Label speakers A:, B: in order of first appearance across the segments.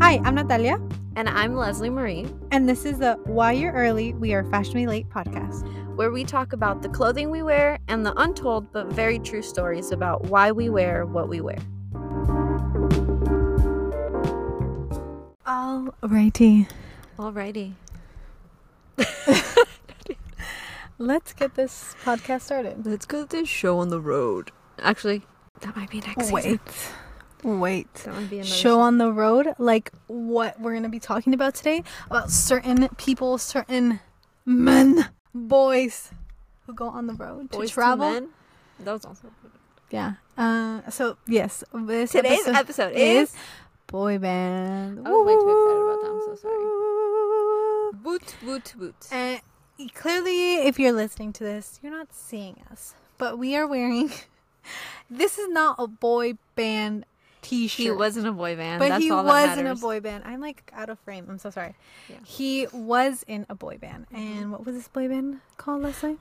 A: Hi, I'm Natalia,
B: And I'm Leslie Marie,
A: and this is the Why You're Early, We Are Fashionably Late podcast.
B: where we talk about the clothing we wear and the untold but very true stories about why we wear what we wear.
A: Alrighty,
B: Alrighty.
A: let's get this podcast started.
B: Let's get this show on the road. Actually, that might be next season.
A: Wait, wait.
B: That might be another
A: Show on the road, like what we're going to be talking about today about certain people, certain men, boys who go on the road
B: Boys
A: to
B: to
A: travel.
B: Men. That was also
A: Yeah. Uh, so, yes, this
B: Today's
A: episode
B: episode
A: is-
B: is,
A: boy band.
B: I was way too excited about that. I'm so Boot Boot Boot.
A: And clearly, if you're listening to this, you're not seeing us, but we are wearing. This is not a boy band T-shirt.
B: He wasn't a boy band.
A: but
B: That's
A: he
B: all
A: was
B: that
A: in a
B: matters.
A: boy band. I'm like out of frame. I'm so sorry.
B: Yeah. Mm-hmm.
A: He was in a boy band, and what was this boy band called, Leslie?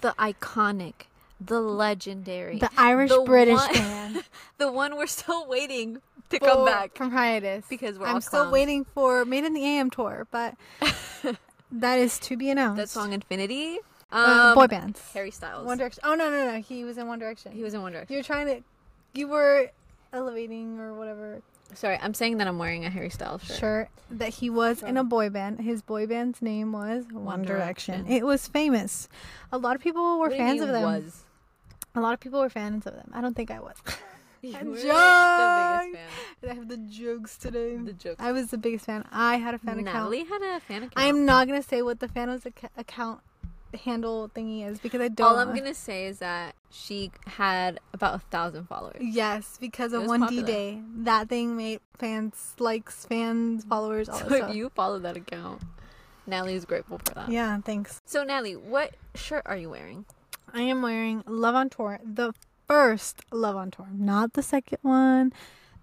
B: The iconic, the legendary,
A: The Irish
B: The
A: British
B: one-
A: band.
B: the one we're still waiting to come
A: for-
B: back.
A: from hiatus
B: because we're
A: I'm
B: all
A: still
B: clowns.
A: waiting for Made in the AM tour, but that is to be announced.
B: That song Infinity.
A: Uh,
B: Um,
A: boy bands.
B: Harry Styles.
A: One Direction. Oh no no no! He was in One Direction.
B: He was in One Direction.
A: You're trying to, you were elevating or whatever
B: Sorry, I'm saying that I'm wearing a Harry Styles shirt.
A: Sure, that he was in a boy band. His boy band's name was One, Direction.
B: Direction.
A: It was famous. A lot of people were
B: What do you
A: fans
B: mean
A: of them.
B: Was.
A: A lot of people were fans of them. I don't think I was.
B: You
A: I'm
B: were the
A: joking.
B: biggest
A: I have the jokes today.
B: fan. The joke.
A: I was the biggest fan. I had a fan account.
B: Natalie had a fan account.
A: I am not gonna say what the fan was ac- account handle thingy is because I don't.
B: All I'm
A: want-
B: gonna say is that she had about a thousand followers.
A: Yes, because
B: It
A: of
B: was
A: one D
B: popular.
A: Day, that thing made fans likes, fans, followers, all
B: So
A: that
B: if
A: stuff.
B: you follow that account, Natalie is grateful for that.
A: Yeah, thanks.
B: So Natalie, what shirt are you wearing?
A: I am wearing Love on Tour, the first Love on Tour, not the second one,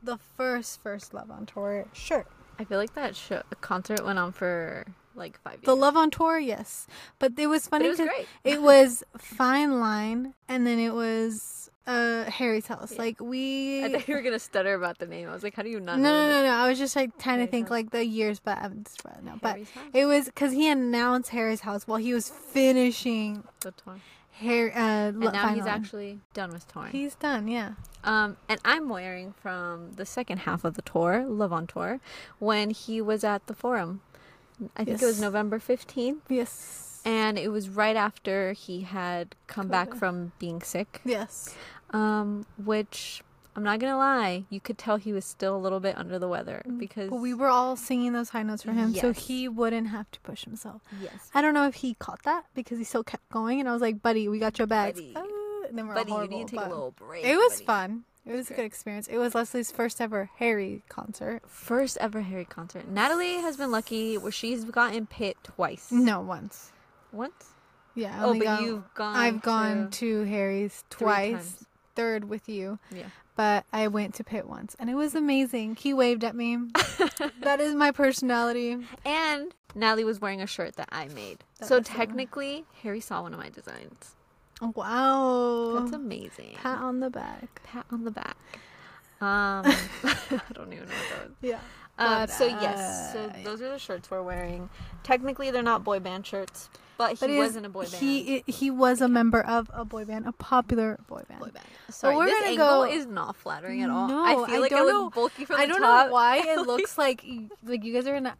A: the first first Love on Tour shirt.
B: I feel like that sh- concert went on for like five years.
A: The Love on Tour, yes, but it was
B: but
A: funny
B: it was
A: 'cause
B: great.
A: it was Fine Line, and then it was uh Harry's house.
B: Yeah.
A: Like we.
B: I thought you were gonna stutter about the name. I was like, how do you
A: no,
B: not know?
A: no,
B: the
A: no, no. I was just like trying to
B: Harry's
A: think
B: House.
A: like the years, but um, I'm just no. But
B: Harry's house.
A: it was because he announced Harry's house while he was finishing
B: The torn.
A: Harry. Uh,
B: And now he's
A: actually
B: actually done with torn.
A: he's done. Yeah.
B: Um, and I'm wearing from the second half of the tour, Love on Tour, when he was at the Forum. I think it was
A: Yes.
B: November 15th.
A: Yes.
B: And it was right after he had come back
A: Cool.
B: from being sick,
A: yes.
B: um, which I'm not going to lie, you could tell he was still a little bit under the weather because.
A: Mm, But we were all singing those high notes for him, so
B: Yes.
A: he wouldn't have to push himself.
B: Yes.
A: I don't know if he caught that because he still kept going, and I was like, "Buddy, we got your bags."
B: Buddy.
A: Uh, and then we're all
B: Buddy,
A: horrible,
B: you need to take a
A: but-
B: little break.
A: It was
B: buddy.
A: fun. It was a
B: great.
A: good experience. It was Leslie's first ever Harry concert.
B: First ever Harry concert. Natalie has been lucky where she's gotten Pitt twice.
A: No, once.
B: Once?
A: Yeah. I
B: Oh,
A: only
B: but
A: got-
B: you've gone.
A: I've gone
B: to-
A: to Harry's
B: three
A: twice,
B: times.
A: third with you.
B: Yeah.
A: but I went to Pitt once and it was amazing. He waved at me. that is my personality.
B: And Natalie was wearing a shirt that I made.
A: That
B: so
A: was the one.
B: technically, Harry saw one of my designs.
A: Wow.
B: That's amazing.
A: Pat
B: Pat,
A: on the back.
B: on the back. Um, I don't even know what that was.
A: Yeah.
B: Um,
A: But,
B: so yes,
A: uh,
B: so
A: yeah.
B: those are the shirts we're wearing. Technically, they're not boy band shirts, but he
A: But it is-
B: wasn't a boy band.
A: He i- he was a member of a boy band, a popular boy band.
B: boy band. Sorry,
A: we're
B: this
A: gonna
B: angle
A: go-
B: is not flattering at all.
A: No,
B: I feel
A: I
B: like
A: don't
B: I
A: know-
B: look bulky from
A: I
B: the
A: don't
B: top.
A: know why it looks like y- like you guys are in a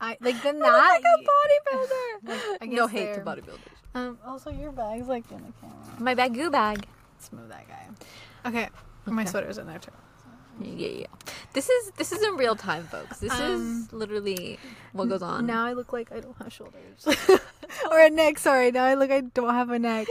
A: I like then
B: I
A: that y-
B: look like a bodybuilder.
A: Like, I
B: no
A: guess
B: hate to
A: they're-
B: bodybuilders.
A: um also your bag's like in the camera.
B: My bagoo bag.
A: Let's move that guy. Okay. My
B: Okay.
A: sweater's in there too.
B: Yeah, yeah. This is this is in real time, folks. This
A: Um,
B: is literally what goes on.
A: Now I look like I don't have shoulders or a neck. Sorry, now I look I don't have a neck.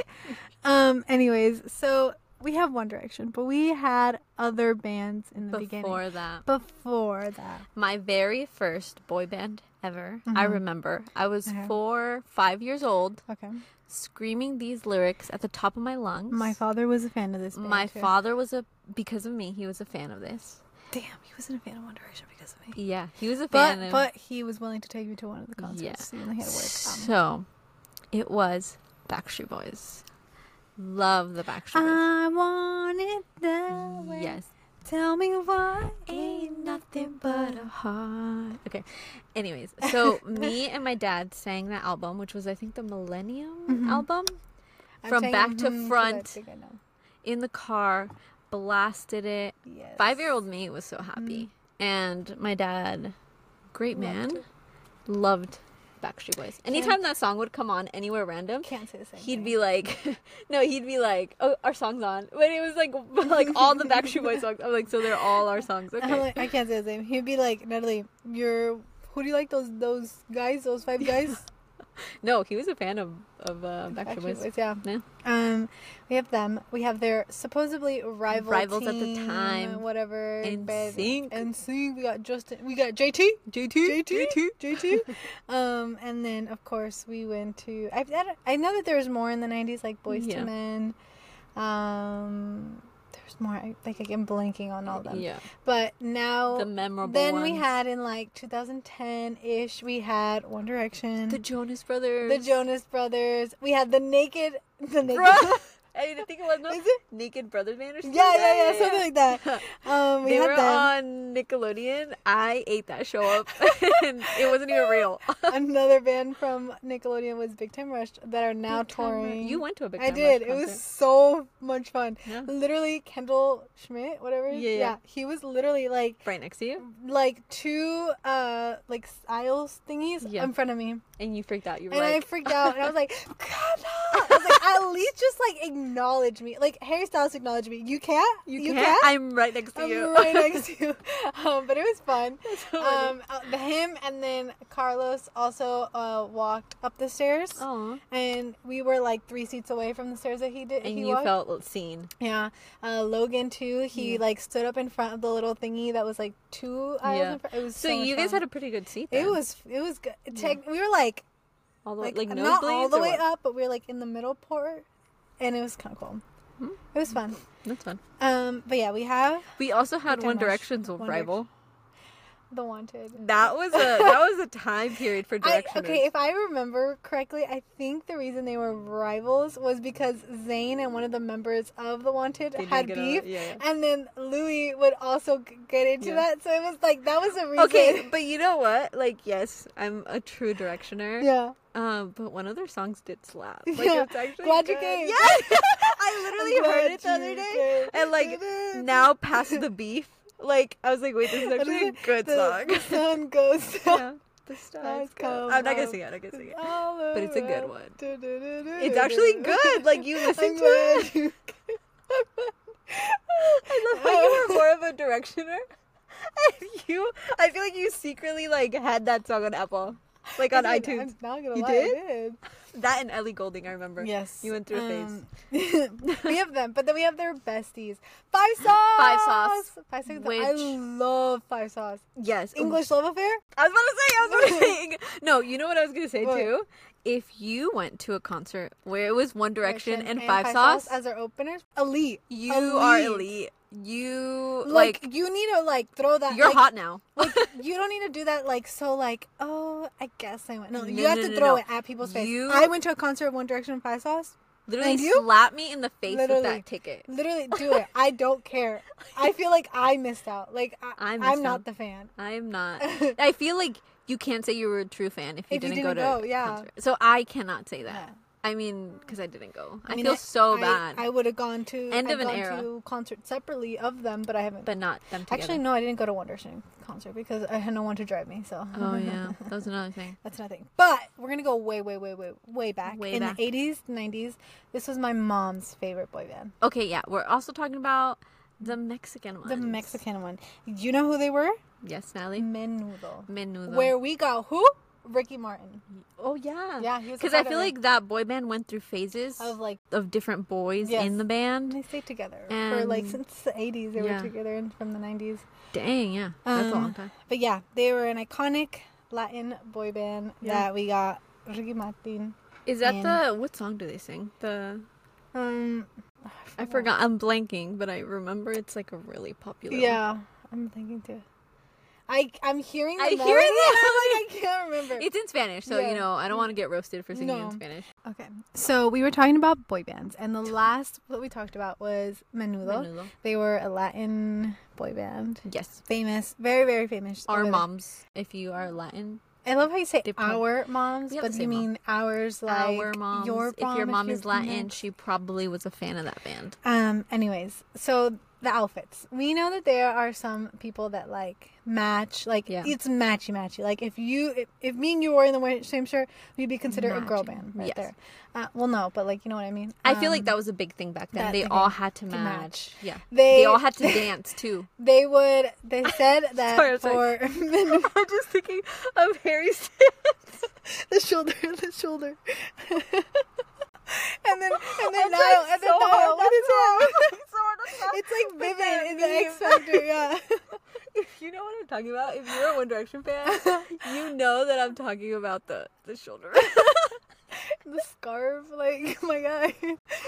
A: Um. Anyways, so we have One Direction, but we had other bands in the
B: Before
A: beginning.
B: that,
A: Before that,
B: my very first boy band ever. I remember I was
A: Mm-hmm. Okay.
B: four, five years old,
A: okay.
B: screaming these lyrics at the top of my lungs.
A: My father was a fan of this. Band
B: my
A: too.
B: father was a because of me. He was a fan of this.
A: Damn, he wasn't a fan of One Direction because of me.
B: Yeah, he was a
A: But
B: fan. of,
A: but he was willing to take me to one of the concerts.
B: Yeah.
A: Even though he had to work. Um,
B: so, it was Backstreet Boys. Love the Backstreet Boys.
A: I want it that way.
B: Yes,
A: Tell me why
B: Ain't nothing but a heart. Okay. Anyways, so me and my dad sang that album, which was I think the Millennium
A: Mm-hmm.
B: album,
A: I'm
B: from
A: saying
B: back
A: mhm 'cause
B: to
A: I
B: front.
A: think I know.
B: in the car, blasted it.
A: Yes.
B: Five year old me was so
A: Mm.
B: happy. And my dad, great man, loved Backstreet Boys. Anytime that song would come on anywhere random,
A: Can't say the same.
B: he'd
A: thing.
B: be like, no, he'd be like, oh, our song's on. But it was like, like all the Backstreet Boys songs. I'm like, so they're all our songs.
A: I'm
B: Okay.
A: like, I can't say his name. He'd be like, Natalie, you're. Who do you like? Those those guys? Those five guys?
B: No, he was a fan of, of uh, Backstreet Boys.
A: Yeah.
B: Yeah.
A: Um, we have them. We have their supposedly rival
B: Rivals at the
A: team,
B: time.
A: Whatever.
B: NSYNC.
A: And sync. We got Justin. We got JT. JT. JT. JT. um, and then of course we went to. I I, don't- I know that there was more in the '90s, like Boys
B: Yeah.
A: to Men. Um, there's more. I, like I'm blanking on all of them.
B: Yeah.
A: But now
B: The memorable
A: Then we
B: ones.
A: had in like 2010 ish, we had One Direction,
B: The
A: the,
B: Jonas Brothers.
A: Jonas Brothers, we had the Naked, the Naked.
B: Bruh. I mean, I think it was no,
A: Is it?
B: Naked Brothers Band or something.
A: Yeah, yeah, yeah,
B: yeah,
A: something like that. Um, we
B: they
A: had
B: were
A: them.
B: on Nickelodeon. I ate that show up, and it wasn't even real.
A: Another band from Nickelodeon was Big Time Rush that are now touring.
B: uh, You went to a big.
A: I
B: Time Rush
A: did. It was
B: concert.
A: so much fun.
B: Yeah.
A: Literally, Kendall Schmidt, whatever.
B: Yeah, yeah.
A: He was literally like,
B: right next to you,
A: like two, uh, like aisles thingies
B: Yeah.
A: in front of me.
B: and you freaked out. You were
A: And
B: like,
A: I freaked out, and I was like, "Come on!" I was like, "At least just like acknowledge me, like Harry Styles acknowledge me. You can't,
B: you, can't. I'm right next to
A: I'm
B: you.
A: right next to you." Um, but it was fun.
B: so funny.
A: Um, uh, him and then Carlos also uh, walked up the stairs,
B: Aw.
A: and we were like three seats away from the stairs that he did.
B: and
A: he
B: you
A: walked.
B: felt seen.
A: yeah. Uh, Logan too. He like stood up in front of the little thingy that was like two aisles.
B: Yeah.
A: In front. It was
B: So,
A: so,
B: you
A: much
B: guys
A: fun.
B: had a pretty good seat.
A: It
B: then.
A: was it was good. Tech- We were like
B: all the way,
A: like,
B: like
A: not all
B: nosebleeds
A: the
B: or
A: way
B: what?
A: up, but we were like in the middle port, and it was kind of cool.
B: Hmm.
A: It was fun.
B: That's fun.
A: Um, but yeah, we have
B: We also had
A: Time
B: One
A: Rush.
B: Direction's
A: One
B: rival.
A: the wanted.
B: That was a that was a time period for
A: I,
B: Directioners.
A: okay, if I remember correctly, I think the reason they were rivals was because Zayn and one of the members of the Wanted
B: didn't
A: had
B: get
A: beef,
B: along, yeah.
A: and then Louis would also g- get into
B: Yeah.
A: that. So it was like that was a reason.
B: Okay, but you know what? Like, yes, I'm a true directioner.
A: yeah.
B: Um, but one of their songs did slap. Like,
A: Yeah.
B: it's actually
A: Glad you
B: good.
A: came.
B: Yes, I literally
A: I'm
B: heard
A: glad
B: it the other
A: you
B: day,
A: came.
B: and like
A: Da-da.
B: now past the beef, like I was like, wait, this is
A: What is
B: actually a
A: it?
B: good
A: the, The
B: song.
A: sun goes
B: yeah, the stars
A: Stars
B: come.
A: come
B: I'm not gonna
A: up.
B: sing it. I'm not gonna sing it.
A: all
B: But it's a good
A: around.
B: one.
A: Du-du-du-du-du.
B: It's actually good. Like you listen
A: I'm
B: to it.
A: glad you came.
B: I love how you were more of a directioner. And you, I feel like you secretly like had that song on Apple, like on
A: I did.
B: iTunes.
A: I'm not gonna
B: You
A: lie,
B: did?
A: I did.
B: That and Ellie Golding, I remember.
A: Yes.
B: You went through a phase.
A: phase. we have them, but then we have their besties. Five Sauce.
B: Five Sauce,
A: Five Sauce. I
B: which-
A: love Five Sauce.
B: Yes.
A: English Love Affair.
B: I was about to say, I was about to say. Eng- No, you know what I was going to say
A: What?
B: too? If you went to a concert where it was One Direction, and,
A: and
B: Five Sauce,
A: as our openers. Elite.
B: you are elite. You,
A: Like,
B: like,
A: you need to like throw that.
B: you're
A: like,
B: hot now.
A: like you don't need to do that like so like oh I guess I went no,
B: No,
A: you have
B: no,
A: to
B: no,
A: throw
B: no.
A: it at people's face.
B: You-
A: I went to a concert of One Direction and Five Sauce.
B: Literally
A: and you?
B: slap me in the face
A: Literally.
B: with that ticket.
A: Literally do it. I don't care. I feel like I missed out. Like
B: I
A: I, I
B: missed
A: am not
B: out.
A: the fan.
B: I'm not. I feel like you can't say you were a true fan if you,
A: If you
B: didn't,
A: didn't
B: go to
A: go,
B: a
A: yeah.
B: concert. So I cannot say that.
A: Yeah.
B: I mean, because I didn't go. I,
A: mean,
B: feel so
A: I-
B: bad,
A: I would have gone to
B: End
A: I've
B: of an
A: gone
B: era.
A: to concerts separately of them, but I haven't.
B: but not them together.
A: Actually, no, I didn't go to One Direction concert because I had no one to drive me. So
B: Oh yeah, that was another thing.
A: That's another thing. But we're gonna go way, way, way, way, way back
B: Way
A: in
B: back.
A: the eighties, nineties. This was my mom's favorite boy band,
B: Okay, yeah, we're also talking about the Mexican one.
A: the Mexican one. You know who they were?
B: Yes, Natalie.
A: Menudo.
B: Menudo.
A: Where we got who? Ricky Martin
B: Oh yeah.
A: Yeah, he was a
B: Because I
A: part of
B: feel
A: it.
B: like that boy band went through phases
A: of
B: of,
A: like
B: different boys
A: Yes.
B: in the band.
A: they stayed together for like
B: And-
A: since the eighties. They
B: Yeah.
A: were together and from the nineties.
B: Dang, yeah, that's a
A: Um,
B: long time.
A: But yeah, they were an iconic Latin boy band
B: Yeah.
A: that we got Ricky Martin.
B: Is that
A: and-
B: the what song do they sing? The
A: Um,
B: I forgot. I'm blanking, but I remember it's like a really popular. one.
A: yeah, I'm thinking too. I I'm hearing the
B: I hear
A: melody,
B: the
A: and I'm like I can't remember.
B: It's in Spanish, so
A: Yeah.
B: you know I don't want to get roasted for singing
A: No.
B: in Spanish.
A: okay, so we were talking about boy bands, and the last what we talked about was Menudo.
B: Menudo.
A: They were a Latin boy band,
B: Yes,
A: famous, very very famous.
B: our
A: over there.
B: moms. If you are Latin,
A: I love how you say
B: They prob-
A: our moms,
B: We have
A: but
B: the
A: you
B: same mom.
A: mean ours like
B: our moms.
A: your mom.
B: if your mom
A: you're
B: is Latin,
A: Latin.
B: she probably was a fan of that band.
A: Um. Anyways, so the outfits. We know that there are some people that like match. Like
B: Yeah.
A: it's matchy matchy. Like if you, if, if me and you were in the wa- same shirt, we'd be considered a girl
B: Matching.
A: band right
B: Yes.
A: there. Uh, well, no, but like you know what I mean.
B: I feel like
A: Um,
B: that was a big thing back then.
A: that
B: They
A: thing
B: all had to
A: to
B: match.
A: match.
B: Yeah,
A: They-
B: they, all had to dance too.
A: they would. They said that
B: Sorry, I'm sorry.
A: for
B: I'm just thinking of Harry Styles.
A: the shoulder, the shoulder. and then and then
B: I'm
A: Niall,
B: trying
A: and then
B: so hard
A: Niall.
B: not
A: What is it?
B: Sort
A: It's like
B: that
A: Vivian in the
B: meme.
A: X Factor. Yeah.
B: If you know what I'm talking about, if you're a One Direction fan, you know that I'm talking about the the shoulder.
A: the scarf, like oh my god,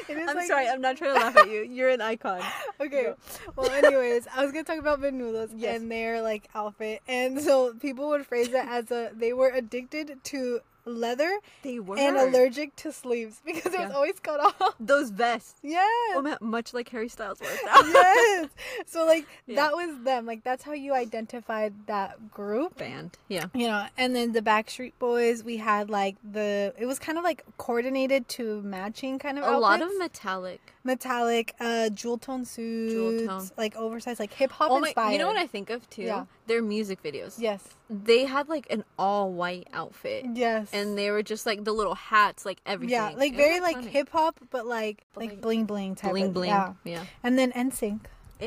A: it is
B: I'm
A: like,
B: sorry, I'm not trying to laugh at you. You're an icon.
A: Okay. Well, anyways, I was gonna talk about Menudos
B: Yes.
A: and their like outfit, and so people would phrase that as a they were addicted to leather
B: They were
A: and allergic to sleeves because it was
B: Yeah.
A: always cut off.
B: Those vests,
A: Yes.
B: Oh, man, much like Harry Styles wears now.
A: yes. So like
B: Oh, Yeah.
A: that was them. Like that's how you identified that group.
B: Band, yeah.
A: You know, and then the Backstreet Boys, we had like the it was kind of like coordinated to matching kind of
B: A lot of
A: outfits.
B: metallic.
A: metallic uh jewel tone suits
B: tone.
A: like oversized like hip hop
B: Oh my!
A: inspired
B: You know what I think of too?
A: Yeah.
B: Their music videos.
A: yes
B: They had like an all white outfit,
A: yes
B: and they were just like the little hats, like everything.
A: yeah like
B: It
A: very
B: was
A: like
B: funny.
A: hip hop but like
B: But,
A: like
B: like,
A: bling bling type
B: bling
A: of,
B: bling.
A: yeah
B: Yeah. yeah.
A: and then NSYNC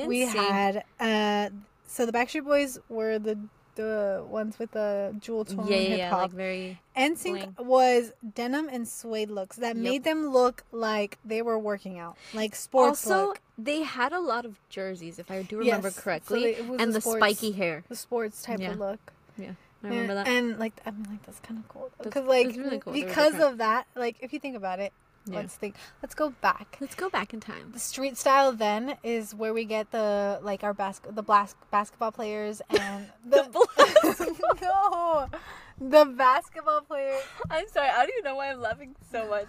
A: we
B: NSYNC.
A: had uh so the Backstreet Boys were the the ones with the jewel tone
B: Yeah, yeah,
A: hip
B: yeah,
A: hop
B: like very.
A: NSYNC was denim and suede looks that
B: Yep.
A: made them look like they were working out like sports
B: also,
A: look.
B: they had a lot of jerseys, if I do remember
A: Yes, so
B: correctly,
A: they- it was
B: and
A: the
B: the,
A: sports-
B: spiky hair.
A: the sports type
B: Yeah.
A: of look
B: I remember
A: and,
B: that.
A: Eh, and, like I mean like that's kind of cool
B: That's-
A: because like
B: that's really cool. They were
A: because
B: different.
A: of that like if you think about it
B: Yeah.
A: let's think let's go back
B: Let's go back in time.
A: the street style then is where we get the like our bas- the blas- basketball players and the, no the basketball player
B: I'm sorry. I don't even know why I'm laughing so much.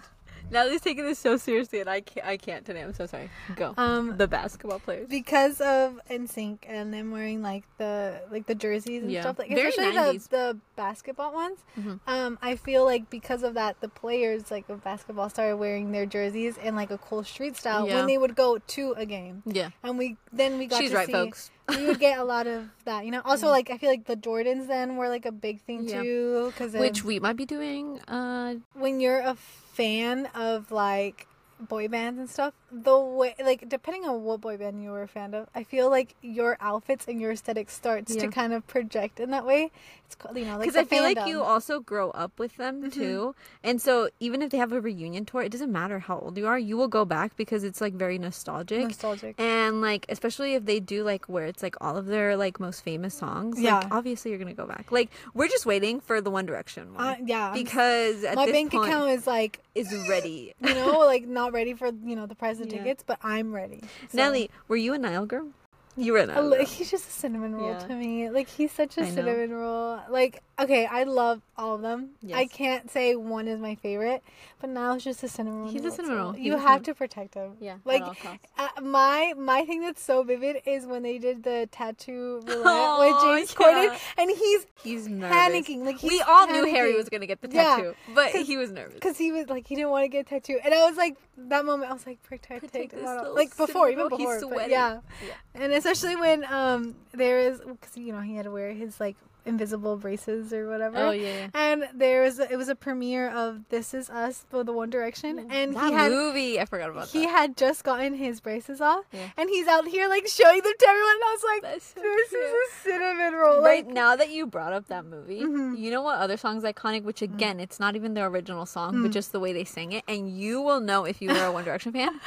B: Natalie's taking this so seriously, and I can't. I can't today. I'm so sorry. Go.
A: um
B: the basketball players.
A: because of NSYNC and them wearing like the like the jerseys and
B: Yeah.
A: stuff like
B: Very
A: especially
B: 90s.
A: the, the basketball ones
B: Mhm.
A: um I feel like because of that the players like of basketball started wearing their jerseys in like a cool street style
B: Yeah.
A: when they would go to a game
B: Yeah.
A: and we then we got
B: She's
A: to
B: right,
A: see
B: folks.
A: we would get a lot of that you know also like I feel like the Jordans then were like a big thing
B: Yeah.
A: too because
B: Which we might be doing. Uh,
A: when you're a fan of like boy bands and stuff, the way like depending on what boy band you were a fan of, I feel like your outfits and your aesthetic starts to
B: Yeah.
A: kind of project in that way. It's called you know like
B: because
A: the
B: I feel like
A: fandom. Mm-hmm.
B: you also grow up with them too, and so even if they have a reunion tour, it doesn't matter how old you are, you will go back because it's like very nostalgic.
A: nostalgic.
B: and like especially if they do like where it's like all of their like most famous songs
A: Yeah.
B: like obviously you're gonna go back like we're just waiting for the one direction one
A: Uh, yeah, I'm-
B: because at
A: my
B: this
A: bank
B: point
A: account is like
B: is ready
A: you know like not ready for you know the price of
B: Yeah.
A: tickets, but I'm ready. So-
B: nelly were you a nile girl you were a
A: I
B: nile
A: li-
B: girl.
A: he's just a cinnamon roll
B: Yeah.
A: to me. Like he's such a
B: I know.
A: cinnamon roll. Like okay, I love all of them. I
B: Yes.
A: can't say one is my favorite, but Niall's just a cinnamon roll.
B: He's
A: to
B: a
A: me,
B: cinnamon
A: so
B: roll. He's
A: You
B: a
A: have
B: cinnamon-
A: to protect him.
B: yeah at
A: Like
B: all costs.
A: uh, my my thing that's so vivid is when they did the tattoo roulette
B: Oh,
A: with James
B: yeah.
A: Corden, and he's
B: he's nervous
A: panicking. Like he's
B: we all knew harry
A: panicking.
B: was gonna get the
A: Yeah,
B: tattoo but
A: 'cause-
B: he was nervous
A: Cause he was like he didn't want to get tattooed, and I was like that moment I was like protect,
B: Protect
A: him,
B: this little
A: like before even
B: cinnamon roll,
A: before
B: he's
A: but
B: sweating.
A: yeah.
B: Yeah.
A: and especially when um there is because you know he had to wear his like invisible braces or whatever.
B: oh yeah, yeah.
A: And there was it was a premiere of This Is Us for the One Direction, and
B: that
A: he had
B: movie i forgot about
A: he
B: that
A: had just gotten his braces off,
B: Yeah.
A: and he's out here like showing them to everyone. And I was like,
B: That's so
A: this
B: cute.
A: is a cinnamon roll,
B: right
A: like
B: now that you brought up that movie,
A: Mhm.
B: you know what other song's iconic? Which
A: Mm.
B: again, it's not even the original song, but just the way they sang it, and you will know if you were a One Direction fan.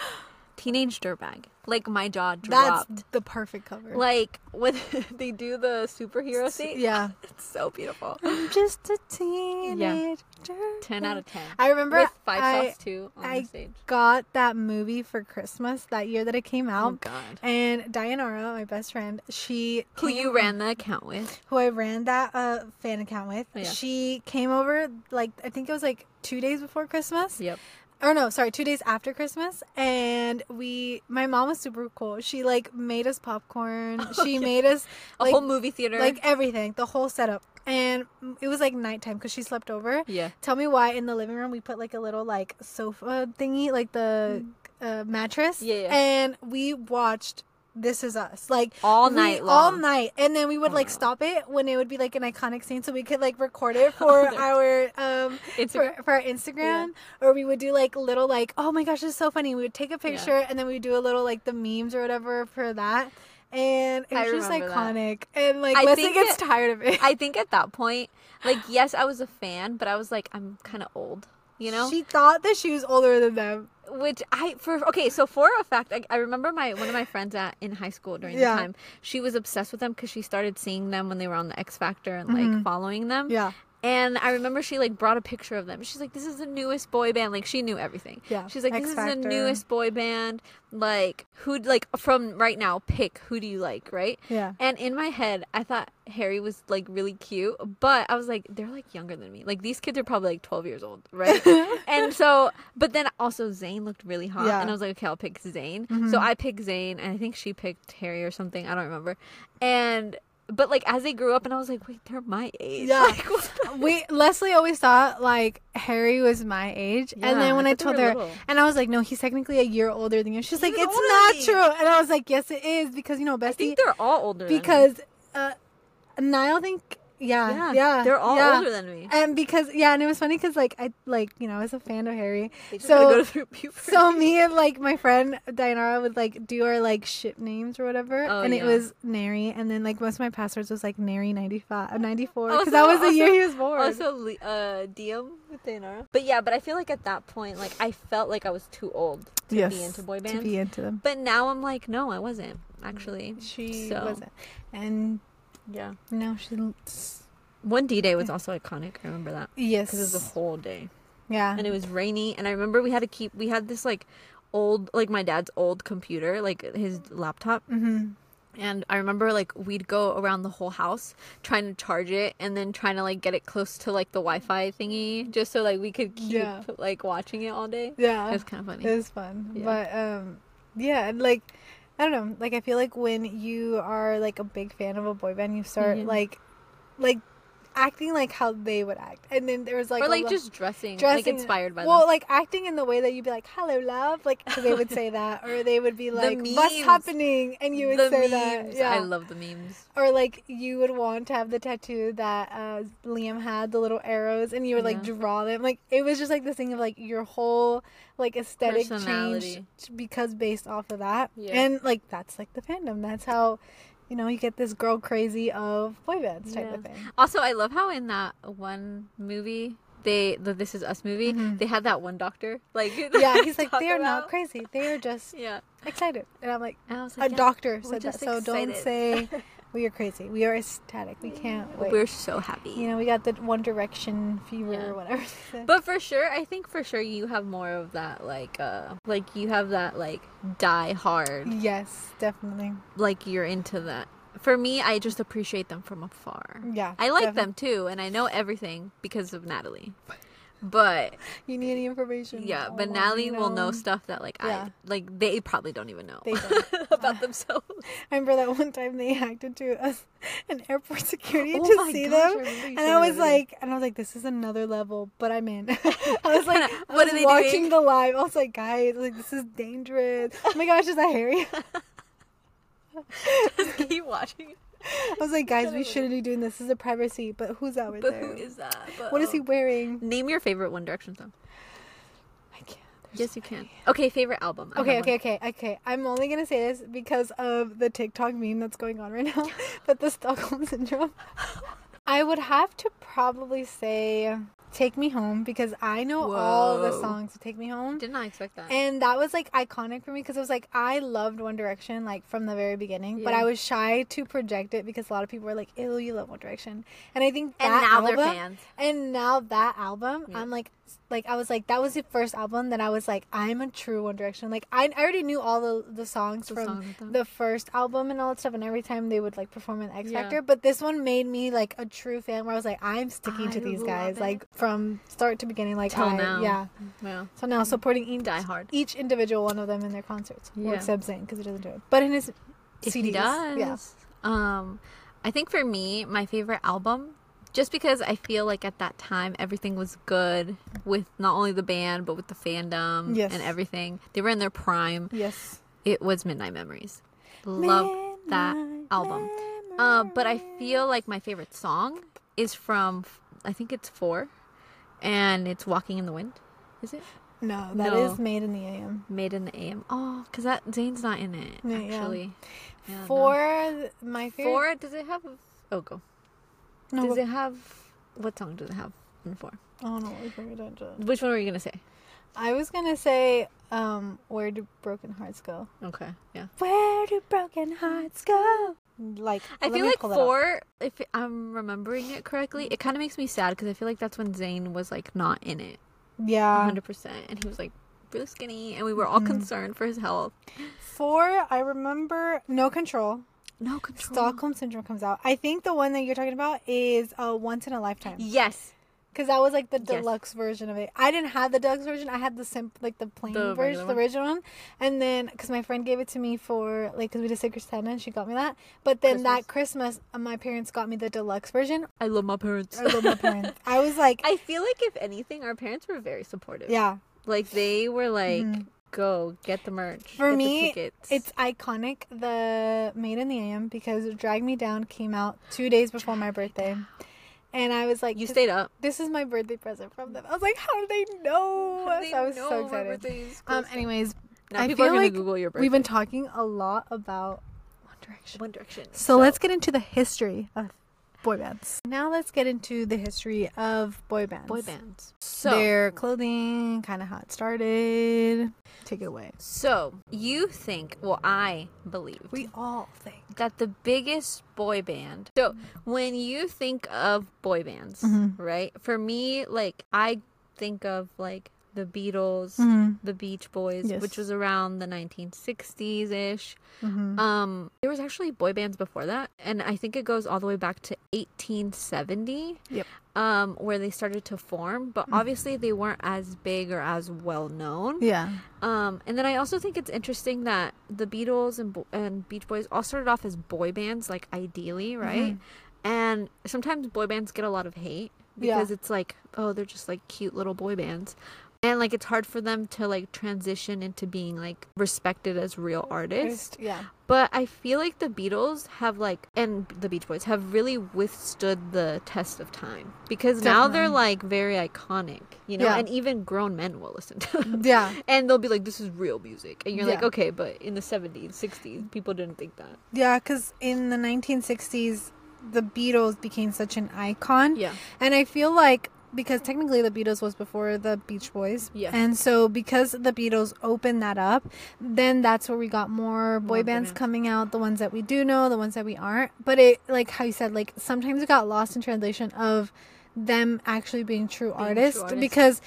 B: teenage dirtbag. Like my jaw
A: That's
B: dropped.
A: the perfect cover.
B: Like when they do the superhero scene.
A: yeah.
B: It's so beautiful.
A: I'm just a teenage dirtbag.
B: Ten out of ten.
A: I remember
B: With five
A: I
B: sauce too on
A: I-
B: the stage.
A: got that movie for Christmas that year that it came
B: Oh
A: out.
B: god.
A: and Dianara, my best friend, she
B: Who
A: came-
B: you ran the account with?
A: who I ran that uh, fan account with.
B: Oh, yeah.
A: She came over like I think it was like two days before Christmas.
B: Yep.
A: Or no, sorry, two days after Christmas, and we. My mom was super cool. She like made us popcorn. she made us
B: Oh, A
A: like
B: whole movie theater.
A: like everything, the whole setup, and it was like nighttime because she slept over.
B: yeah.
A: Tell me why in the living room we put like a little like sofa thingy, like the uh, mattress.
B: Yeah, yeah.
A: And we watched This Is Us like
B: All
A: we-
B: night
A: all
B: long. Oh.
A: night, and then we would
B: All
A: like
B: night
A: stop it when it would be like an iconic scene, so we could like record it
B: Oh
A: for our um
B: It's
A: for, for our Instagram, or we would do like little like oh my gosh, this is so funny. We would take a picture and then we would do a little like the memes or whatever for that. And it
B: I
A: was just
B: remember that.
A: iconic, and like
B: I
A: Leslie
B: think
A: gets
B: it-
A: tired of it.
B: I think at that point, like yes, I was a fan, but I was like, I'm kind of old, you know.
A: she thought that she was older than them.
B: Which I for okay, so for a fact, I, I remember my one of my friends at in high school during
A: Yeah.
B: the time. She was obsessed with them because she started seeing them when they were on the X Factor and
A: Mhm.
B: like following them.
A: Yeah,
B: And I remember she like brought a picture of them. She's like, "This is the newest boy band." Like she knew everything.
A: Yeah,
B: She's like,
A: X
B: "This is
A: Factor."
B: the newest boy band." Like who? Like from right now, pick who do you like? Right?
A: yeah.
B: And in my head, I thought Harry was like really cute, but I was like, they're like younger than me. Like these kids are probably like 12 years old, right? and so, but then also Zayn looked really hot,
A: Yeah. Mm-hmm.
B: and I was like, okay, I'll pick Zayn. So I picked Zayn, and I think she picked Harry or something. I don't remember. And but like as they grew up, and I was like, wait, they're my age.
A: Yeah.
B: Like, what the-
A: we Leslie always thought like Harry was my age, and
B: Yeah,
A: then when
B: I
A: I,
B: thought
A: told
B: they were
A: her,
B: little.
A: and I was like, "No, he's technically a year older than you." She's like,
B: was
A: "It's
B: older
A: not
B: than me."
A: true," and I was like, "Yes, it is," because you know,
B: I
A: Bestie,
B: think they're all older. than me.
A: because uh, Niall think, yeah, yeah,
B: yeah, they're all
A: yeah.
B: older than me.
A: and because yeah, and it was funny because like I like you know I was a fan of Harry,
B: They just
A: so-
B: gotta go through puberty.
A: so me and like my friend Dianara would like do our like ship names or whatever,
B: Oh,
A: and it
B: yeah.
A: was Nary, and then like most of my passwords was like Nary ninety five, ninety four, because
B: Also-
A: that was the year
B: also-
A: he was born.
B: Oh, Also, Le- uh, Diem with Dainara. But yeah, but I feel like at that point, like I felt like I was too old to be into boy
A: to
B: bands.
A: be into them.
B: But now I'm like, no, I wasn't actually.
A: She
B: So-
A: wasn't, and
B: Yeah.
A: no, she. s-
B: One D Day was also iconic. I remember that
A: Yes,
B: because it was a whole day
A: yeah,
B: and it was rainy. And I remember we had to keep. We had this like old, like my dad's old computer, like his laptop.
A: mm-hmm.
B: And I remember like we'd go around the whole house trying to charge it and then trying to like get it close to like the Wi-Fi thingy just so like we could keep
A: Yeah.
B: like watching it all day.
A: yeah,
B: It was kind of funny.
A: it was fun.
B: Yeah.
A: But um, yeah, and like I don't know, like I feel like when you are like a big fan of a boy band, you start
B: Yeah.
A: like, like acting like how they would act, and then there was like
B: or
A: a
B: like
A: lo-
B: just dressing, like
A: dressing-
B: inspired by
A: well, like acting in the way that you'd be like, "Hello, love," like 'cause they would say that, or they would be like, "What's
B: memes.
A: happening?" and
B: them.
A: you would
B: the
A: say
B: memes.
A: that. Yeah,
B: I love the memes.
A: or like you would want to have the tattoo that uh, Liam had, the little arrows, and you would like
B: Yeah.
A: draw them. Like it was just like this thing of like your whole like aesthetic change
B: Personality.
A: because based off of that,
B: Yeah.
A: and like that's like the fandom. That's how you know you get this girl crazy of boy bands type
B: Yeah.
A: of thing.
B: Also, I love how in that one movie, they the This Is Us movie, they had that one doctor. Like
A: Mm-hmm. Yeah, he's like
B: talk
A: they are not
B: about-
A: crazy. They are just
B: Yeah,
A: excited, and I'm like
B: and I was
A: a
B: like, yeah,
A: doctor
B: we're
A: said that,
B: just
A: so don't
B: excited.
A: say we are crazy. We are ecstatic. We can't wait.
B: we're so happy.
A: you know, we got the One Direction fever
B: Yeah.
A: or whatever. they say.
B: But for sure, I think for sure you have more of that like uh like you have that like die
A: Mm.
B: hard
A: Yes, definitely.
B: like you're into that. For me, I just appreciate them from afar.
A: Yeah.
B: I like
A: Mm. definitely.
B: them too, and I know everything because of Natalie. But
A: You need any information?
B: yeah,
A: Oh,
B: but Natalie
A: you
B: will know stuff that like
A: Yeah.
B: I like they probably don't even know
A: They don't.
B: about themselves.
A: I remember that one time they hacked into us an airport security
B: Oh
A: to
B: my
A: see
B: gosh, I
A: them.
B: remember you
A: and
B: showing
A: I
B: me
A: was
B: that video.
A: like and I was like, this is another level, but I'm in. I was like I
B: What
A: was
B: are they
A: watching
B: doing?
A: the live. I was like, guys, like this is dangerous. Oh my gosh, is that Harry?
B: Just keep watching.
A: I was like, guys, we shouldn't be doing this. This is a privacy, but who's out right
B: But
A: there?
B: who is that? But,
A: what is he
B: um,
A: wearing?
B: Name your favorite One Direction song.
A: I can't.
B: Yes, you can. Okay, favorite album. I
A: Okay,
B: have one.
A: okay, okay, okay. I'm only gonna say this because of the TikTok meme that's going on right now, but the Stockholm syndrome. I would have to probably say Take Me Home because I know all the
B: Whoa.
A: songs to Take Me Home.
B: Did not expect that.
A: And that was like iconic for me because it was like I loved One Direction like from the very beginning, but
B: Yeah.
A: I was shy to project it because a lot of people were like, "Ew, you love One Direction," and I think that
B: And now
A: album,
B: they're fans.
A: and now that album,
B: Yeah.
A: I'm like, like I was like, that was the first album that I was like, I'm a true One Direction. Like I, I already knew all the the songs
B: The
A: from
B: songs with them.
A: the first album and all that stuff, and every time they would like perform in X
B: Yeah.
A: Factor, but this one made me like a true fan where I was like, I'm sticking to
B: I
A: these
B: love
A: guys
B: it.
A: like from start to beginning, like
B: Till
A: I,
B: now.
A: yeah.
B: Yeah.
A: So now supporting each,
B: Die hard.
A: each individual one of them in their concerts,
B: Yeah.
A: or except Zayn because he doesn't do it, but in his
B: If
A: CDs,
B: he does.
A: yeah.
B: Um, I think for me, my favorite album, just because I feel like at that time everything was good with not only the band but with the fandom
A: Yes.
B: and everything. They were in their prime.
A: Yes,
B: It was Midnight Memories. Love that
A: Midnight
B: album. Uh, but I feel like my favorite song is from, I think it's four, and it's "Walking in the Wind." Is it
A: No, that
B: No.
A: is made in the AM.
B: made in the AM? Oh, because that Zane's not in it
A: Yeah, yeah.
B: actually. Yeah, no.
A: Four, th- my favorite.
B: four. Does it have? Oh, go.
A: No,
B: does
A: but,
B: it have? What song does it have in four?
A: oh no, we figured it out.
B: Which one were you gonna say?
A: I was gonna say, um, where do broken hearts go?
B: Okay, yeah.
A: Where do broken hearts go? Like
B: I
A: let
B: feel
A: me
B: like
A: pull that up.
B: four. If I'm remembering it correctly, it kind of makes me sad because I feel like that's when Zayn was like not in it,
A: Yeah, Mm-hmm.
B: 100, percent and he was like really skinny, and we were all concerned for his health.
A: four. I remember no control.
B: No control.
A: Stockholm syndrome comes out. I think the one that you're talking about is uh, once in a lifetime.
B: Yes,
A: Because that was like the
B: Yes.
A: deluxe version of it. I didn't have the deluxe version. I had the simp, like the plain
B: The regular
A: version, the
B: one.
A: original one. And then, because my friend gave it to me for, like, because we did Secret Santa and she got me that. But then that Christmas, uh, my parents got me the deluxe version.
B: I love my parents.
A: I love my parents. I was like,
B: I feel like if anything, our parents were very supportive.
A: yeah.
B: like they were like,
A: Mm-hmm.
B: "Go get the merch
A: For
B: get the
A: me,
B: tickets."
A: It's iconic, the Made in the AM, because Drag Me Down came out two days before my birthday. And I was like,
B: you
A: this-
B: stayed up.
A: This is my birthday present from them. I was like, how do they know?
B: They
A: So I was
B: know
A: so
B: my
A: excited.
B: birthday is
A: Um,
B: close.
A: anyways,
B: Now
A: I
B: people are
A: feel
B: gonna
A: like
B: Google your birthday.
A: We've been talking a lot about One Direction.
B: One Direction.
A: So let's get into the history of boy bands. Now let's get into the history of boy bands.
B: boy bands. So
A: Their clothing, kind of how it started. Take it away.
B: so you think? Well, I believe
A: We all think.
B: that the biggest boy band. So when you think of boy bands,
A: Mhm.
B: right? For me, like I think of like the Beatles. The Beach Boys,
A: Yes.
B: which was around the 1960s ish. Um, there was actually boy bands before that, and I think it goes all the way back to 1870.
A: Yep.
B: Um, where they started to form, but obviously they weren't as big or as well known.
A: Yeah.
B: Um, and then I also think it's interesting that the Beatles and Bo- and Beach Boys all started off as boy bands, like
A: Mm-hmm.
B: ideally, right? And sometimes boy bands get a lot of hate
A: Yeah.
B: because it's like, oh, they're just like cute little boy bands, and like it's hard for them to like transition into being like respected as real artists.
A: Yeah.
B: But I feel like the Beatles have like and the Beach Boys have really withstood the test of time because now they're
A: Definitely.
B: like very iconic, you know,
A: Yeah.
B: and even grown men will listen to them
A: Yeah.
B: and they'll be like, "This is real music," and you're like,
A: Yeah.
B: "Okay, but in the '70s, '60s, people didn't think that."
A: Yeah, because in the 1960s, the Beatles became such an icon.
B: Yeah.
A: And I feel like because technically the Beatles was before the Beach Boys.
B: Yeah.
A: And so because the Beatles opened that up, then that's where we got more boy
B: More boy
A: bands
B: bands.
A: coming out, the ones that we do know, the ones that we aren't. But it like how you said, like sometimes it got lost in translation of them actually being true
B: true
A: artists
B: artists.
A: because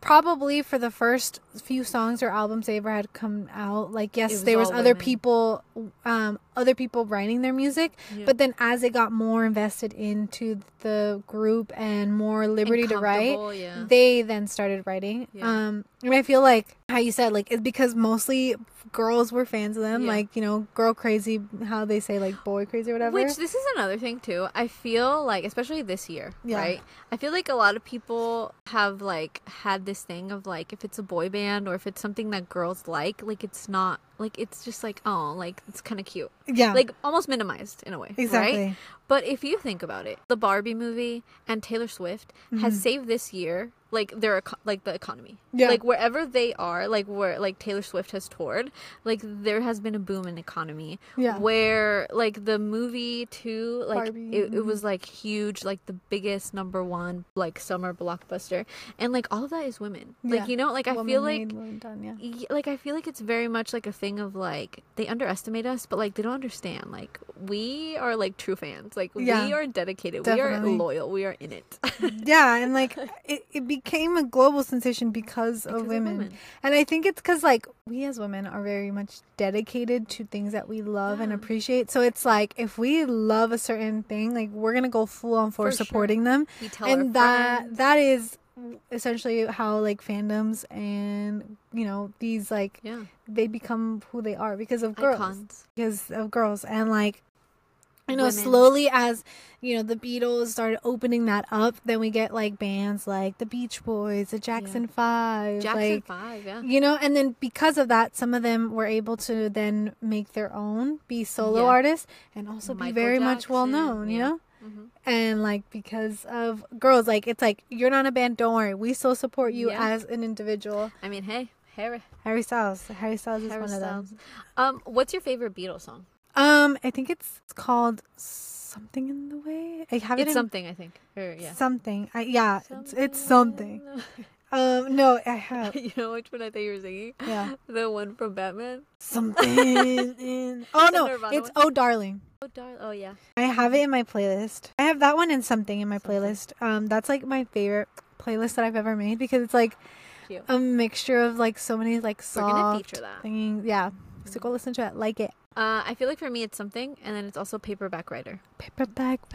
A: probably for the first few songs or albums they ever had come out like yes
B: was
A: there was
B: all
A: other
B: women.
A: people um other people writing their music
B: Yeah.
A: but then as they got more invested into the group and more liberty to write
B: Yeah.
A: they then started writing
B: Yeah.
A: um and i feel like how you said like it's because mostly girls were fans of them
B: Yeah.
A: like you know girl crazy how they say like boy crazy or whatever
B: Which this is another thing too. I feel like, especially this year,
A: Yeah.
B: right? I feel like a lot of people have like had this thing of like, if it's a boy band or if it's something that girls like, like it's not like it's just like oh, like it's kind of cute,
A: yeah
B: like almost minimized in a way,
A: exactly
B: right? But if you think about it, the Barbie movie and Taylor Swift has saved this year like their eco- like the economy.
A: Mm-hmm. Yeah.
B: Like wherever they are, like where like Taylor Swift has toured, like there has been a boom in economy.
A: Yeah.
B: Where like the movie too, like
A: Barbie,
B: it, it
A: mhm.
B: was like huge, like the biggest number one like summer blockbuster, and like all of that is women.
A: Yeah.
B: Like you know, like I feel like
A: Woman-made, woman-done, yeah.
B: y- like I feel like it's very much like a thing of like they underestimate us, but like they don't understand. Like we are like true fans. Like
A: Yeah.
B: we are dedicated.
A: Definitely.
B: We are loyal. We are in it.
A: yeah and like it, it became a global sensation because,
B: Because
A: of
B: of
A: women.
B: women.
A: and i think it's because like we as women are very much dedicated to things that we love and
B: Yeah.
A: appreciate so it's like if we love a certain thing like we're gonna go full on for,
B: For sure.
A: supporting them
B: We tell
A: and
B: our
A: that
B: friends.
A: that is essentially how like fandoms and you know these like
B: yeah
A: they become who they are because of girls
B: icons.
A: because of girls and like you know
B: Women.
A: slowly as you know the beatles started opening that up then we get like bands like the beach boys the jackson five
B: Jackson
A: like
B: Five. Yeah.
A: you know and then because of that some of them were able to then make their own be solo
B: Yeah.
A: artists and also be
B: Michael
A: very much well
B: Jackson,
A: known you
B: yeah.
A: know
B: Mhm.
A: and like because of girls like it's like you're not a band don't worry we still support you
B: Yeah.
A: as an individual
B: I mean, hey, Harry.
A: harry styles harry styles is
B: Harry
A: one of them
B: Styles. Um, what's your favorite Beatles song?
A: Um, I think it's called something in the way. I have
B: It's
A: it in
B: something, I think. Or yeah.
A: something. I, yeah, it's, it's
B: Something
A: something.
B: in
A: Um, no, I
B: the-
A: have
B: you know which one I think you were singing?
A: yeah
B: The one from Batman.
A: something in. Oh
B: The
A: no,
B: Nirvana
A: it's
B: one?
A: oh darling.
B: Oh darling. Oh yeah.
A: I have it in my playlist. I have that one and something in my
B: Something.
A: playlist. Um, that's like my favorite playlist that I've ever made because it's like
B: Cute.
A: a mixture of like so many like
B: We're gonna
A: soft
B: feature that.
A: singing. Yeah, so go listen to it. Like it.
B: Uh, I feel like for me it's something, and then it's also Paperback Writer.
A: Paperback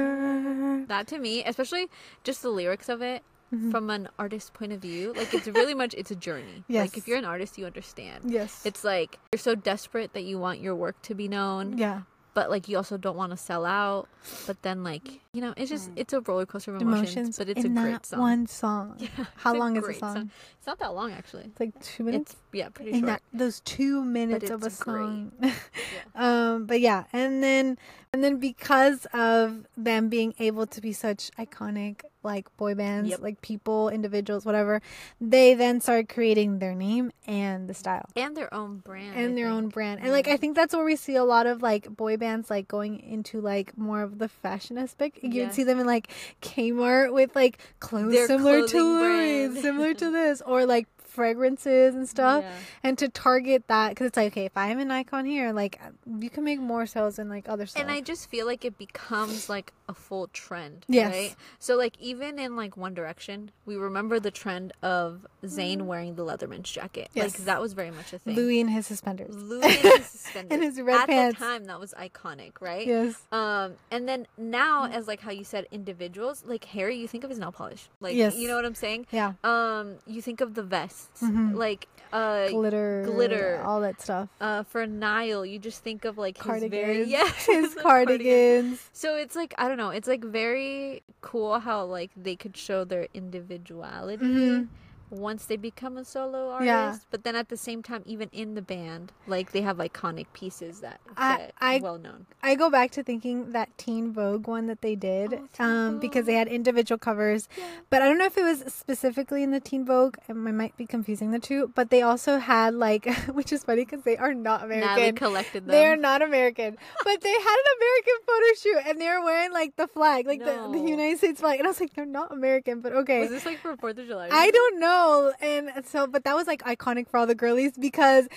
A: Factor.
B: That to me, especially just the lyrics of it
A: Mhm.
B: from uh, an artist's point of view, like it's really much it's a journey.
A: Yes.
B: Like if you're an artist, you understand.
A: Yes.
B: It's like you're so desperate that you want your work to be known,
A: yeah.
B: but like you also don't want to sell out. But then like you know, it's just it's a roller coaster of emotions.
A: Mm. emotions,
B: but it's
A: in
B: a
A: that
B: great song.
A: one song. How
B: it's a
A: long is the
B: great
A: song?
B: song. It's not that long actually.
A: It's like two minutes.
B: It's yeah, pretty
A: in
B: short.
A: that those two minutes of a
B: it's great.
A: song. um, but yeah, and then and then because of them being able to be such iconic like boy bands,
B: Yep.
A: like people, individuals, whatever, they then started creating their name and the style.
B: and their own brand. Mm-hmm. I
A: and their own
B: think.
A: brand. And like I think that's where we see a lot of like boy bands like going into like more of the fashion aspect. You'd
B: Yeah.
A: see them in like Kmart with like clothes
B: Their
A: similar to
B: clothing
A: Louis,
B: brand.
A: similar to this, or like fragrances and stuff.
B: Yeah.
A: And to target that because it's like okay, if I'm an icon here, like you can make more sales than like other stuff.
B: And I just feel like it becomes like a full trend.
A: Yes.
B: Right? So like even in like One Direction, we remember the trend of Zayn wearing the Leatherman's jacket.
A: Mm-hmm. Yes.
B: Like that was very much a thing.
A: Louis and his suspenders.
B: Louis and his suspenders.
A: And his red
B: At
A: pants.
B: the time that was iconic, right?
A: Yes.
B: Um, and then
A: Mm-hmm.
B: now as like how you said individuals, like Harry, you think of his nail polish. Like
A: Yes.
B: you know what I'm saying?
A: Yeah.
B: Um, you think of the vests.
A: Mhm.
B: Like uh
A: Glitter,
B: glitter.
A: all that stuff.
B: uh for Niall, you just think of like his very
A: Cardigans.
B: yeah,
A: his
B: the
A: cardigans.
B: so it's like I don't know. It's like very cool how like they could show their individuality
A: Mhm.
B: once they become a solo artist.
A: Yeah.
B: But then at the same time, even in the band, like they have iconic pieces that
A: I-
B: that
A: I-
B: well known.
A: I go back to thinking that Teen Vogue one that they did
B: Oh, Teen
A: um, because they had individual covers.
B: Yeah.
A: But I don't know if it was specifically in the Teen Vogue. um, I might be confusing the two. But they also had, like, which is funny because they are not
B: Natalie
A: American.
B: collected them.
A: They are not American. but they had an American photo shoot and they were wearing, like, the flag, like the,
B: No.
A: the United States flag. And I was like, they're not American, but okay.
B: Was this like for Fourth of July?
A: I don't know. And so, but that was like iconic for all the girlies because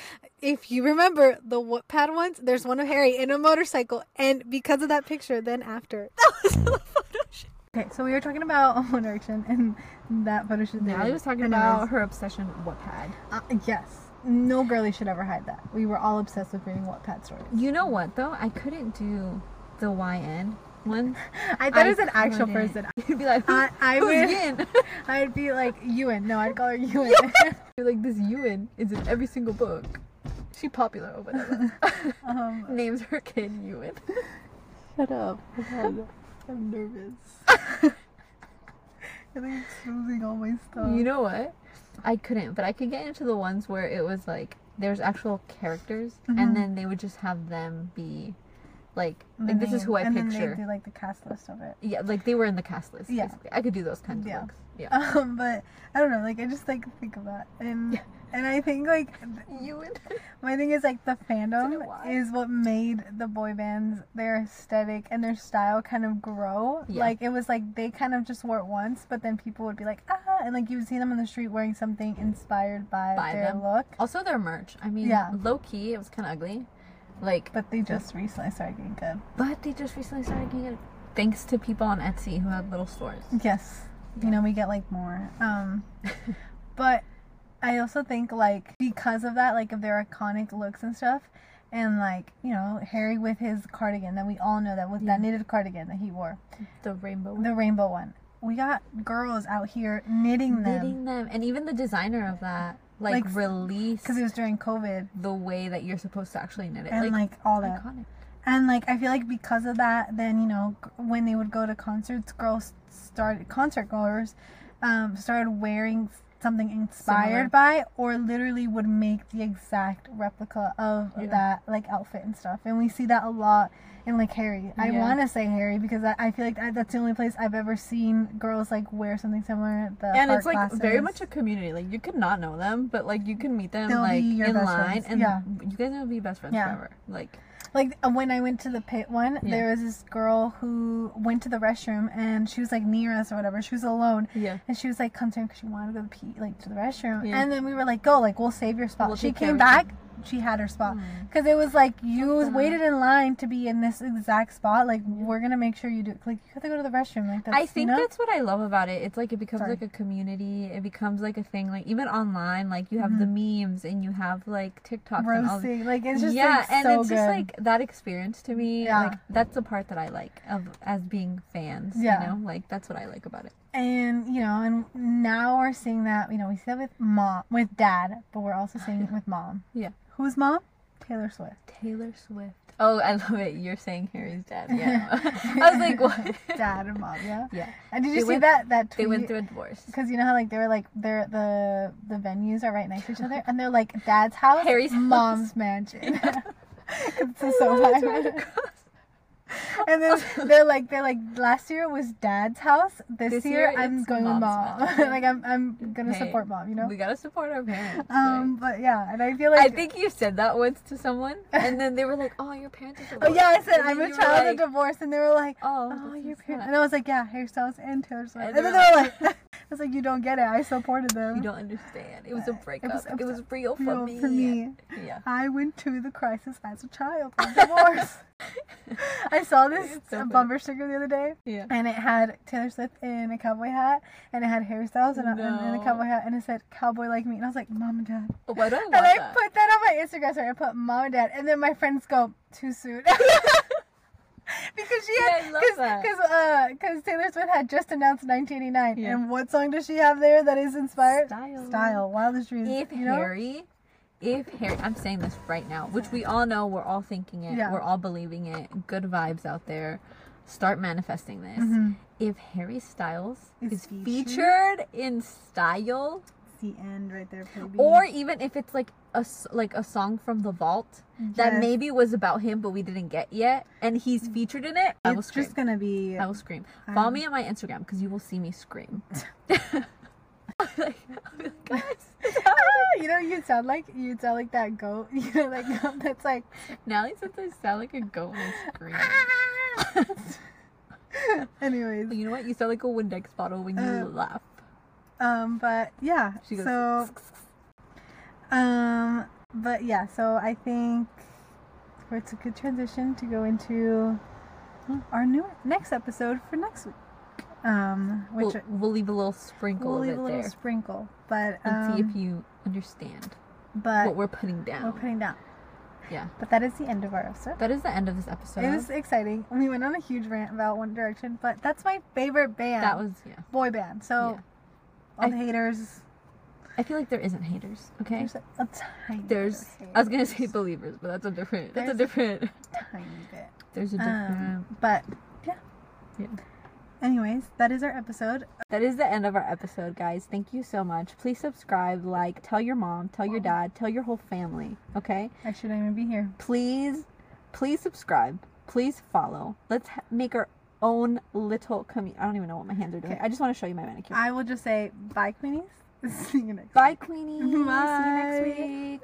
A: if you remember the Wattpad ones, there's one of Harry in a motorcycle. And because of that picture, then after. Okay, so we were talking about One Direction and that photo shoot. they
C: Natalie
A: did.
C: was talking
A: And it
C: about
A: was-
C: her obsession with Wattpad.
A: uh, yes. No girlie should ever hide that. We were all obsessed with reading Wattpad stories.
C: You know what though? I couldn't do the YN one.
A: I
C: I
A: thought it was an actual
C: couldn't.
A: person.
C: You'd be like,
A: I, I
C: who's
A: would,
C: Yin?
A: I'd be like Ewan. No, I'd call her Ewan.
C: You're like, this Ewan is in every single book. She popular or whatever.
A: um,
C: Names her kid Ewan.
A: Shut up. I'm nervous. I think it's losing all my stuff.
C: You know what? I couldn't, but I could get into the ones where it was like there's actual characters,
A: Mhm.
C: and then they would just have them be
B: Like, like this is who I
A: and then
B: picture.
A: they do like the cast list of it.
B: Yeah, like they were in the cast list.
A: Yeah.
B: basically. I could do those kinds
A: Yeah.
B: of looks. Yeah.
A: Um, but I don't know. Like I just like think of that, and
B: Yeah.
A: and I think like
B: You and
A: my thing is like the fandom
B: Don't know why.
A: is what made the boy bands their aesthetic and their style kind of grow.
B: Yeah.
A: Like it was like they kind of just wore it once, but then people would be like ah, and like you would see them on the street wearing something inspired by,
B: By
A: their
B: them.
A: look.
B: also their merch. I mean,
A: Yeah.
B: low key, it was kind of ugly. Like,
A: But they just recently started getting good.
B: but they just recently started getting it thanks to people on Etsy who have little stores.
A: Yes. You know, we get like more. Um but I also think like because of that, like of their iconic looks and stuff, and like, you know, Harry with his cardigan that we all know that was that knitted cardigan that he wore.
B: The rainbow
A: The rainbow one. We got girls out here knitting them
B: knitting them, and even the designer of that like,
A: Like,
B: released
A: because it was during COVID
B: the way that you're supposed to actually knit it.
A: and like, all that.
B: iconic.
A: And like I feel like because of that, then you know g- when they would go to concerts, girls started concert goers um, started wearing something inspired
B: Similar.
A: by, or literally would make the exact replica of
B: Yeah.
A: that like outfit and stuff. And we see that a lot in like Harry. I
B: Yeah.
A: want to say Harry because I, I feel like I, that's the only place I've ever seen girls like wear something similar. The
C: and it's
A: art
C: like very
A: classes.
C: much a community. Like you could not know them, but like you can meet them
A: They'll
C: like
A: be your
C: in
A: best
C: line,
A: friends.
C: and
A: Yeah.
C: you guys will be best friends
A: Yeah.
C: forever. Like
A: Like uh, when I went to the pit one,
C: Yeah.
A: there was this girl who went to the restroom and she was like near us or whatever. She was alone.
C: yeah,
A: And she was like concerned because she wanted to go to pee, like to the restroom.
C: Yeah.
A: And then we were like, go, like we'll save your spot.
B: We'll
A: she
B: take care
A: came
B: of you. Mm.
A: back, she had her spot. Because it was like, you
B: Something.
A: waited in line to be in this exact spot. Like, we're going to make sure you do Like, you have to go to the restroom. Like, that's,
B: I think
A: you know?
B: that's what I love about it. It's like it becomes
A: Sorry.
B: like a community. It becomes like a thing. Like even online, like you have the memes and you have like TikToks and all.
A: Mm-hmm. roasting. Like, it's just
B: yeah,
A: like,
B: and
A: so
B: it's
A: good.
B: just like that experience to me.
A: Yeah.
B: Like that's the part that I like of as being fans.
A: Yeah.
B: You know, like that's what I like about it.
A: and, you know, and now we're seeing that, you know, we see that with mom, with dad, but we're also seeing it with mom.
B: Yeah.
A: Who's mom? Taylor Swift.
B: Taylor Swift. Oh, I love it. You're saying Harry's dad. Yeah. I was like, what?
A: Dad and mom, yeah.
B: Yeah.
A: And did you
B: They
A: see
B: went-
A: that, that tweet?
B: They went through a divorce.
A: Because you know how like they were like they're the the venues are right next to each other, and they're like dad's house,
B: Harry's house. Oh,
A: mom's mansion. it's
B: I
A: just so
B: love it, it's
A: funny.
B: right across.
A: And then they're like they're like last year was dad's house, this,
B: This
A: year,
B: year
A: I'm
B: it's
A: going with
B: mom's
A: mom.
B: mansion.
A: like I'm I'm gonna
B: Hey,
A: support mom, you know.
B: We gotta support our parents.
A: Um,
B: like.
A: but yeah, and I feel like
B: I think you said that once to someone, and then they were like, "Oh, your parents are
A: oh
B: divorced."
A: yeah, I said
B: And
A: I'm
B: then
A: a
B: you were
A: child of
B: like,
A: divorce, and they were like.
B: Oh,
A: Oh,
B: this
A: your
B: is
A: parents.
B: not-
A: And I was like, yeah, hairstyles and Taylor Swift. And,
B: And
A: then
B: they're
A: they were like, I was like, you don't get it. I supported them.
B: You don't understand. It was a breakup. It
A: was-
B: was,
A: it was
B: real for
A: real
B: me.
A: for me.
B: Yeah.
A: I went to the crisis as a child of divorce. I saw this
B: It's so funny.
A: bumper sticker the other day,
B: Yeah.
A: and it had Taylor Swift in a cowboy hat, and it had Harry Styles in a, in- in a
B: No.
A: cowboy hat, and it said "Cowboy Like Me," and I was like, "Mom and Dad."
B: Why do I want
A: And I
B: that?
A: put that on my Instagram story. I put "Mom and Dad," and then my friends go, "Too soon." Because she
B: Yeah,
A: had,
B: I love that.
A: because uh, because Taylor Swift had just announced 1989,
C: Yeah.
A: and what song does she have there that is inspired?
B: Style.
A: Style, Wildest Dreams.
B: if
A: you know?
B: Harry, if Harry, I'm saying this right now, which we all know, we're all thinking it,
A: Yeah.
B: we're all believing it. Good vibes out there. Start manifesting this.
A: Mhm.
B: If Harry Styles
A: Is
B: is,
A: featured?
B: featured in Style,
A: It's the end right there, baby.
B: or even if it's like a s- like a song from The Vault
A: Yes.
B: that
A: Mm.
B: maybe was about him but we didn't get yet, and he's featured in it, I will
A: it's
B: scream.
A: just gonna be
B: I will scream. Follow
A: Um,
B: me on my Instagram because you will see me scream. I'll be like, guys,
A: Ah, you know you sound like you sound like that goat you know that goat that's like
B: Natalie says I sound like a goat when I scream.
A: anyways
B: you know what? You sound like a Windex bottle when you
A: Uh,
B: laugh.
A: um but yeah
B: She goes.
A: so um but yeah so i think it's a good transition to go into our new next episode for next week um
B: We'll,
A: which
B: we'll leave a little sprinkle
A: we'll,
B: of
A: leave
B: it
A: a little
B: there
A: sprinkle but
B: and
A: um
B: see if you understand
A: but
B: what we're putting down.
A: we're putting down
B: Yeah.
A: but that is the end of our episode
B: That is the end of this episode.
A: It was exciting. We went on a huge rant about One Direction, but that's my favorite band.
B: that was yeah.
A: boy band. So
B: Yeah.
A: all the
B: I-
A: haters.
B: I feel like there isn't haters. Okay.
A: There's a, a tiny. bit
B: There's.
A: of haters,
B: I was gonna say believers, but that's a different. That's a
A: There's-
B: different.
A: tiny bit.
B: There's a different.
A: Um, but yeah.
B: Yeah.
A: Anyways, that is our episode.
B: That is the end of our episode, guys. Thank you so much. Please subscribe, like, tell your mom, tell your dad, tell your whole family, okay?
A: I shouldn't even be here.
B: Please, please subscribe. Please follow. Let's ha- make our own little commu I don't even know what my hands are doing.
A: Okay.
B: I just want to show you my manicure.
A: I will just say bye, Queenies. See you next.
B: Bye, Queenie. See
A: Bye.
B: you next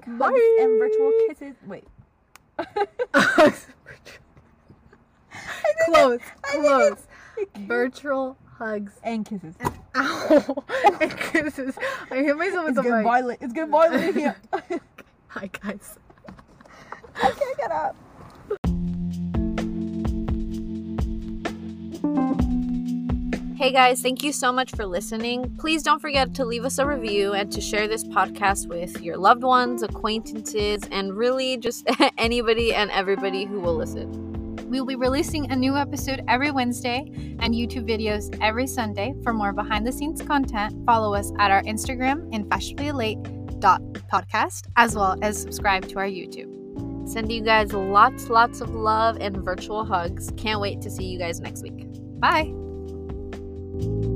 B: week.
A: Bye.
B: Hugs and virtual kisses. Wait.
A: close,
B: I think
A: close.
B: it's-
A: Virtual hugs.
B: And kisses.
A: Ow! it kisses. I hit myself with
B: It's
A: the
B: good
A: mic.
B: Violet. It's good Violet in here.
A: Hi guys.
B: I can't get up. Hey guys, thank you so much for listening. Please don't forget to leave us a review and to share this podcast with your loved ones, acquaintances, and really just anybody and everybody who will listen.
D: We'll be releasing a new episode every Wednesday and YouTube videos every Sunday. For more behind the scenes content, follow us at our Instagram in fashionably.late.podcast as well as subscribe to our YouTube.
B: Send you guys lots, lots of love and virtual hugs. Can't wait to see you guys next week.
D: Bye.
A: Bye.